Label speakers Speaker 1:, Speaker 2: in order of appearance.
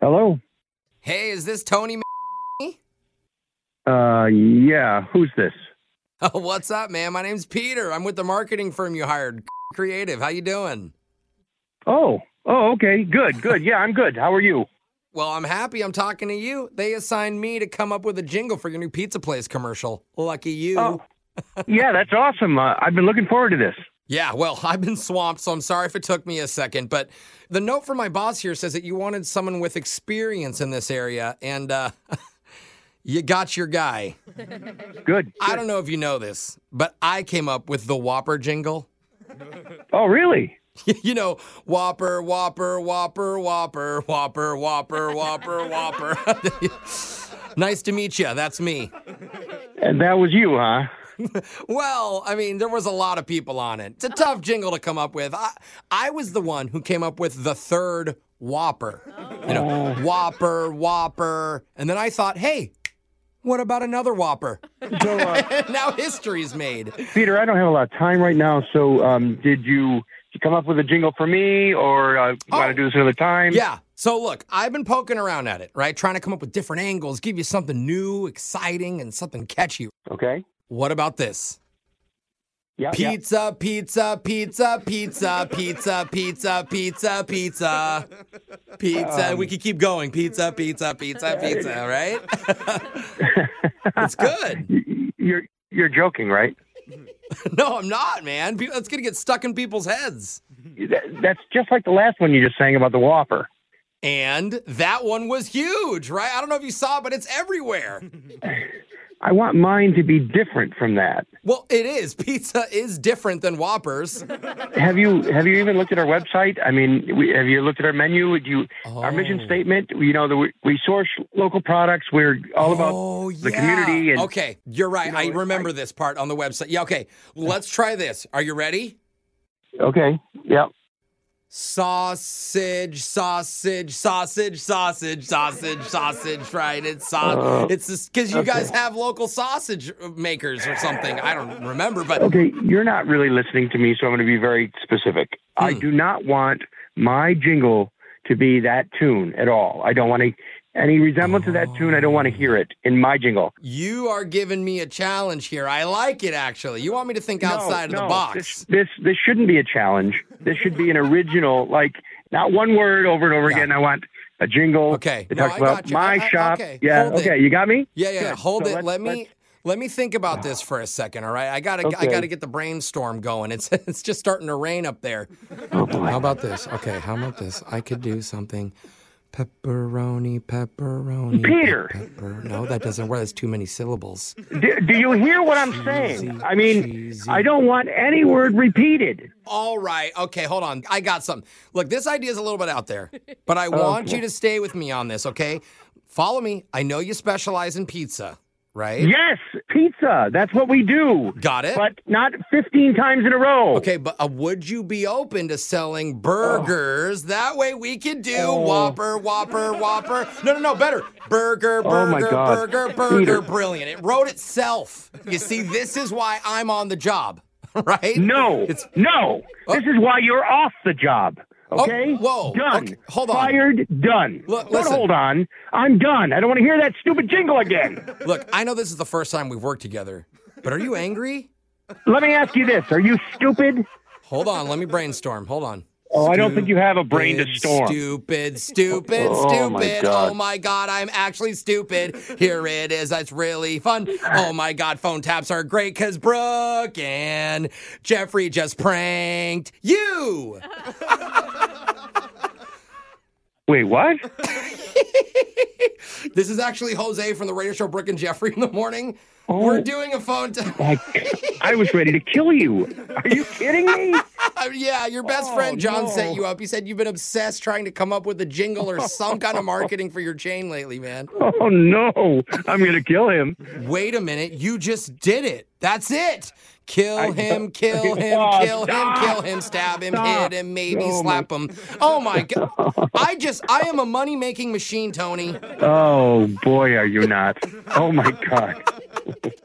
Speaker 1: Hello.
Speaker 2: Hey, is this Tony? M-
Speaker 1: Uh, yeah. Who's this?
Speaker 2: Oh, what's up, man? My name's Peter. I'm with the marketing firm you hired, Creative. How you doing?
Speaker 1: Oh. Oh. Okay. Good. Good. Yeah, I'm good. How are you?
Speaker 2: Well, I'm happy. I'm talking to you. They assigned me to come up with a jingle for your new pizza place commercial. Lucky you.
Speaker 1: Oh. Yeah, that's awesome. Uh, I've been looking forward to this.
Speaker 2: Yeah, well, I've been swamped, so I'm sorry if it took me a second. But the note from my boss here says that you wanted someone with experience in this area, and uh, you got your guy.
Speaker 1: Good.
Speaker 2: I don't know if you know this, but I came up with the Whopper jingle.
Speaker 1: Oh, really?
Speaker 2: you know, Whopper, Whopper, Whopper, Whopper, Whopper, Whopper, Whopper, Whopper. nice to meet you. That's me.
Speaker 1: And that was you, huh?
Speaker 2: Well, I mean, there was a lot of people on it. It's a tough jingle to come up with. I, I was the one who came up with the third Whopper. You know, Whopper, Whopper. And then I thought, hey, what about another Whopper?
Speaker 1: So, uh,
Speaker 2: now history's made.
Speaker 1: Peter, I don't have a lot of time right now. So, um, did you, did you come up with a jingle for me, or uh, want to do this another time?
Speaker 2: Yeah. So look, I've been poking around at it, right? Trying to come up with different angles, give you something new, exciting, and something catchy.
Speaker 1: Okay.
Speaker 2: What about this?
Speaker 1: Yeah. yeah.
Speaker 2: Pizza, pizza, pizza, pizza, pizza, pizza, pizza, pizza, pizza.
Speaker 1: Um,
Speaker 2: we could keep going. Pizza, pizza, pizza, pizza. Right? it's good.
Speaker 1: Y- You're you're joking, right?
Speaker 2: No, I'm not, man. Pe- That's gonna get stuck in people's heads.
Speaker 1: That- That's just like the last one you just sang about the Whopper.
Speaker 2: And that one was huge, right? I don't know if you saw, it, but it's everywhere.
Speaker 1: I want mine to be different from that.
Speaker 2: Well, it is. Pizza is different than Whoppers.
Speaker 1: Have you have you even looked at our website? I mean, we, have you looked at our menu? Do you our mission statement? You know, that we, we source local products. We're all about
Speaker 2: Oh, yeah.
Speaker 1: the community and
Speaker 2: okay, you're right. I remember this part on the website. Yeah, okay. Let's try this. Are you ready?
Speaker 1: okay, yep.
Speaker 2: Sausage, sausage, sausage, sausage, sausage, sausage. Right? It's sausage.
Speaker 1: Uh-huh.
Speaker 2: it's just because you guys have local sausage makers or something. I don't remember, but
Speaker 1: Okay, you're not really listening to me, so I'm going to be very specific. I do not want my jingle to be that tune at all. I don't want any, any resemblance to that tune. I don't want to hear it in my jingle.
Speaker 2: you are giving me a challenge here. I like it actually. You want me to think
Speaker 1: No,
Speaker 2: outside of
Speaker 1: no,
Speaker 2: the box?
Speaker 1: This, this this shouldn't be a challenge. This should be an original, like not one word over and over again. I want a jingle.
Speaker 2: Okay.
Speaker 1: It
Speaker 2: No,
Speaker 1: talks
Speaker 2: I
Speaker 1: about
Speaker 2: got you.
Speaker 1: my
Speaker 2: I- I-
Speaker 1: shop.
Speaker 2: okay.
Speaker 1: Yeah.
Speaker 2: Hold it.
Speaker 1: okay. You got me.
Speaker 2: Yeah, yeah. yeah.
Speaker 1: Good.
Speaker 2: Hold
Speaker 1: So
Speaker 2: it.
Speaker 1: let's-
Speaker 2: Let me
Speaker 1: let's-
Speaker 2: let me think about this for a second. All right, I gotta I
Speaker 1: Okay.
Speaker 2: gotta get the brainstorm going. It's it's just starting to rain up there.
Speaker 1: Oh boy.
Speaker 2: How about this? Okay, how about this? I could do something. Pepperoni, pepperoni.
Speaker 1: Peter!
Speaker 2: Pepper. No, that doesn't work. That's too many syllables.
Speaker 1: Do, do you hear what I'm saying? I mean, I don't want any word repeated.
Speaker 2: All right. Okay, hold on. I got something. Look, this idea is a little bit out there, but I want you to stay with me on this, okay? Follow me. I know you specialize in pizza, right?
Speaker 1: Yes, pizza. That's what we do.
Speaker 2: Got it?
Speaker 1: But not 15 times in a row.
Speaker 2: Okay, but uh, would you be open to selling
Speaker 1: Oh.
Speaker 2: burgers? That way we could do Whopper, Whopper, Whopper. No, no, no, better. Burger, burger,
Speaker 1: Oh, my God.
Speaker 2: burger, burger.
Speaker 1: Peter.
Speaker 2: Brilliant. It wrote itself. You see, this is why I'm on the job, right?
Speaker 1: No.
Speaker 2: It's Oh.
Speaker 1: no. This is why you're off the job. Okay?
Speaker 2: whoa.
Speaker 1: Done.
Speaker 2: Okay, hold on.
Speaker 1: Fired, done.
Speaker 2: Look,
Speaker 1: Don't
Speaker 2: listen.
Speaker 1: hold on. I'm done. I don't want to hear that stupid jingle again.
Speaker 2: Look, I know this is the first time we've worked together, but are you angry?
Speaker 1: Let me ask you this. Are you stupid?
Speaker 2: Hold on, let me brainstorm. Hold on.
Speaker 1: Oh, I don't think you have a brain to
Speaker 2: Stupid,
Speaker 1: storm.
Speaker 2: Stupid, stupid,
Speaker 1: Oh, my
Speaker 2: stupid.
Speaker 1: God.
Speaker 2: Oh my God, I'm actually stupid. Here it is. It's really fun. Oh my God, phone taps are great because Brooke and Jeffrey just pranked you.
Speaker 1: Wait, what?
Speaker 2: This is actually Jose from the radio show Brooke and Jeffrey in the morning.
Speaker 1: Oh.
Speaker 2: We're doing a phone tap.
Speaker 1: I, I was ready to kill you. Are you kidding me?
Speaker 2: yeah, your best
Speaker 1: Oh,
Speaker 2: friend John
Speaker 1: no.
Speaker 2: set you up. He said you've been obsessed trying to come up with a jingle or some kind of marketing for your chain lately, man.
Speaker 1: Oh, no. I'm going to kill him.
Speaker 2: Wait a minute, you just did it. That's it. Kill him, kill him,
Speaker 1: Oh,
Speaker 2: kill him,
Speaker 1: stop.
Speaker 2: kill him, stab him,
Speaker 1: Stop.
Speaker 2: hit him, maybe
Speaker 1: Oh,
Speaker 2: slap him. Oh my god. I just I am a money making machine, Tony.
Speaker 1: Oh, boy, are you not. Oh, my God.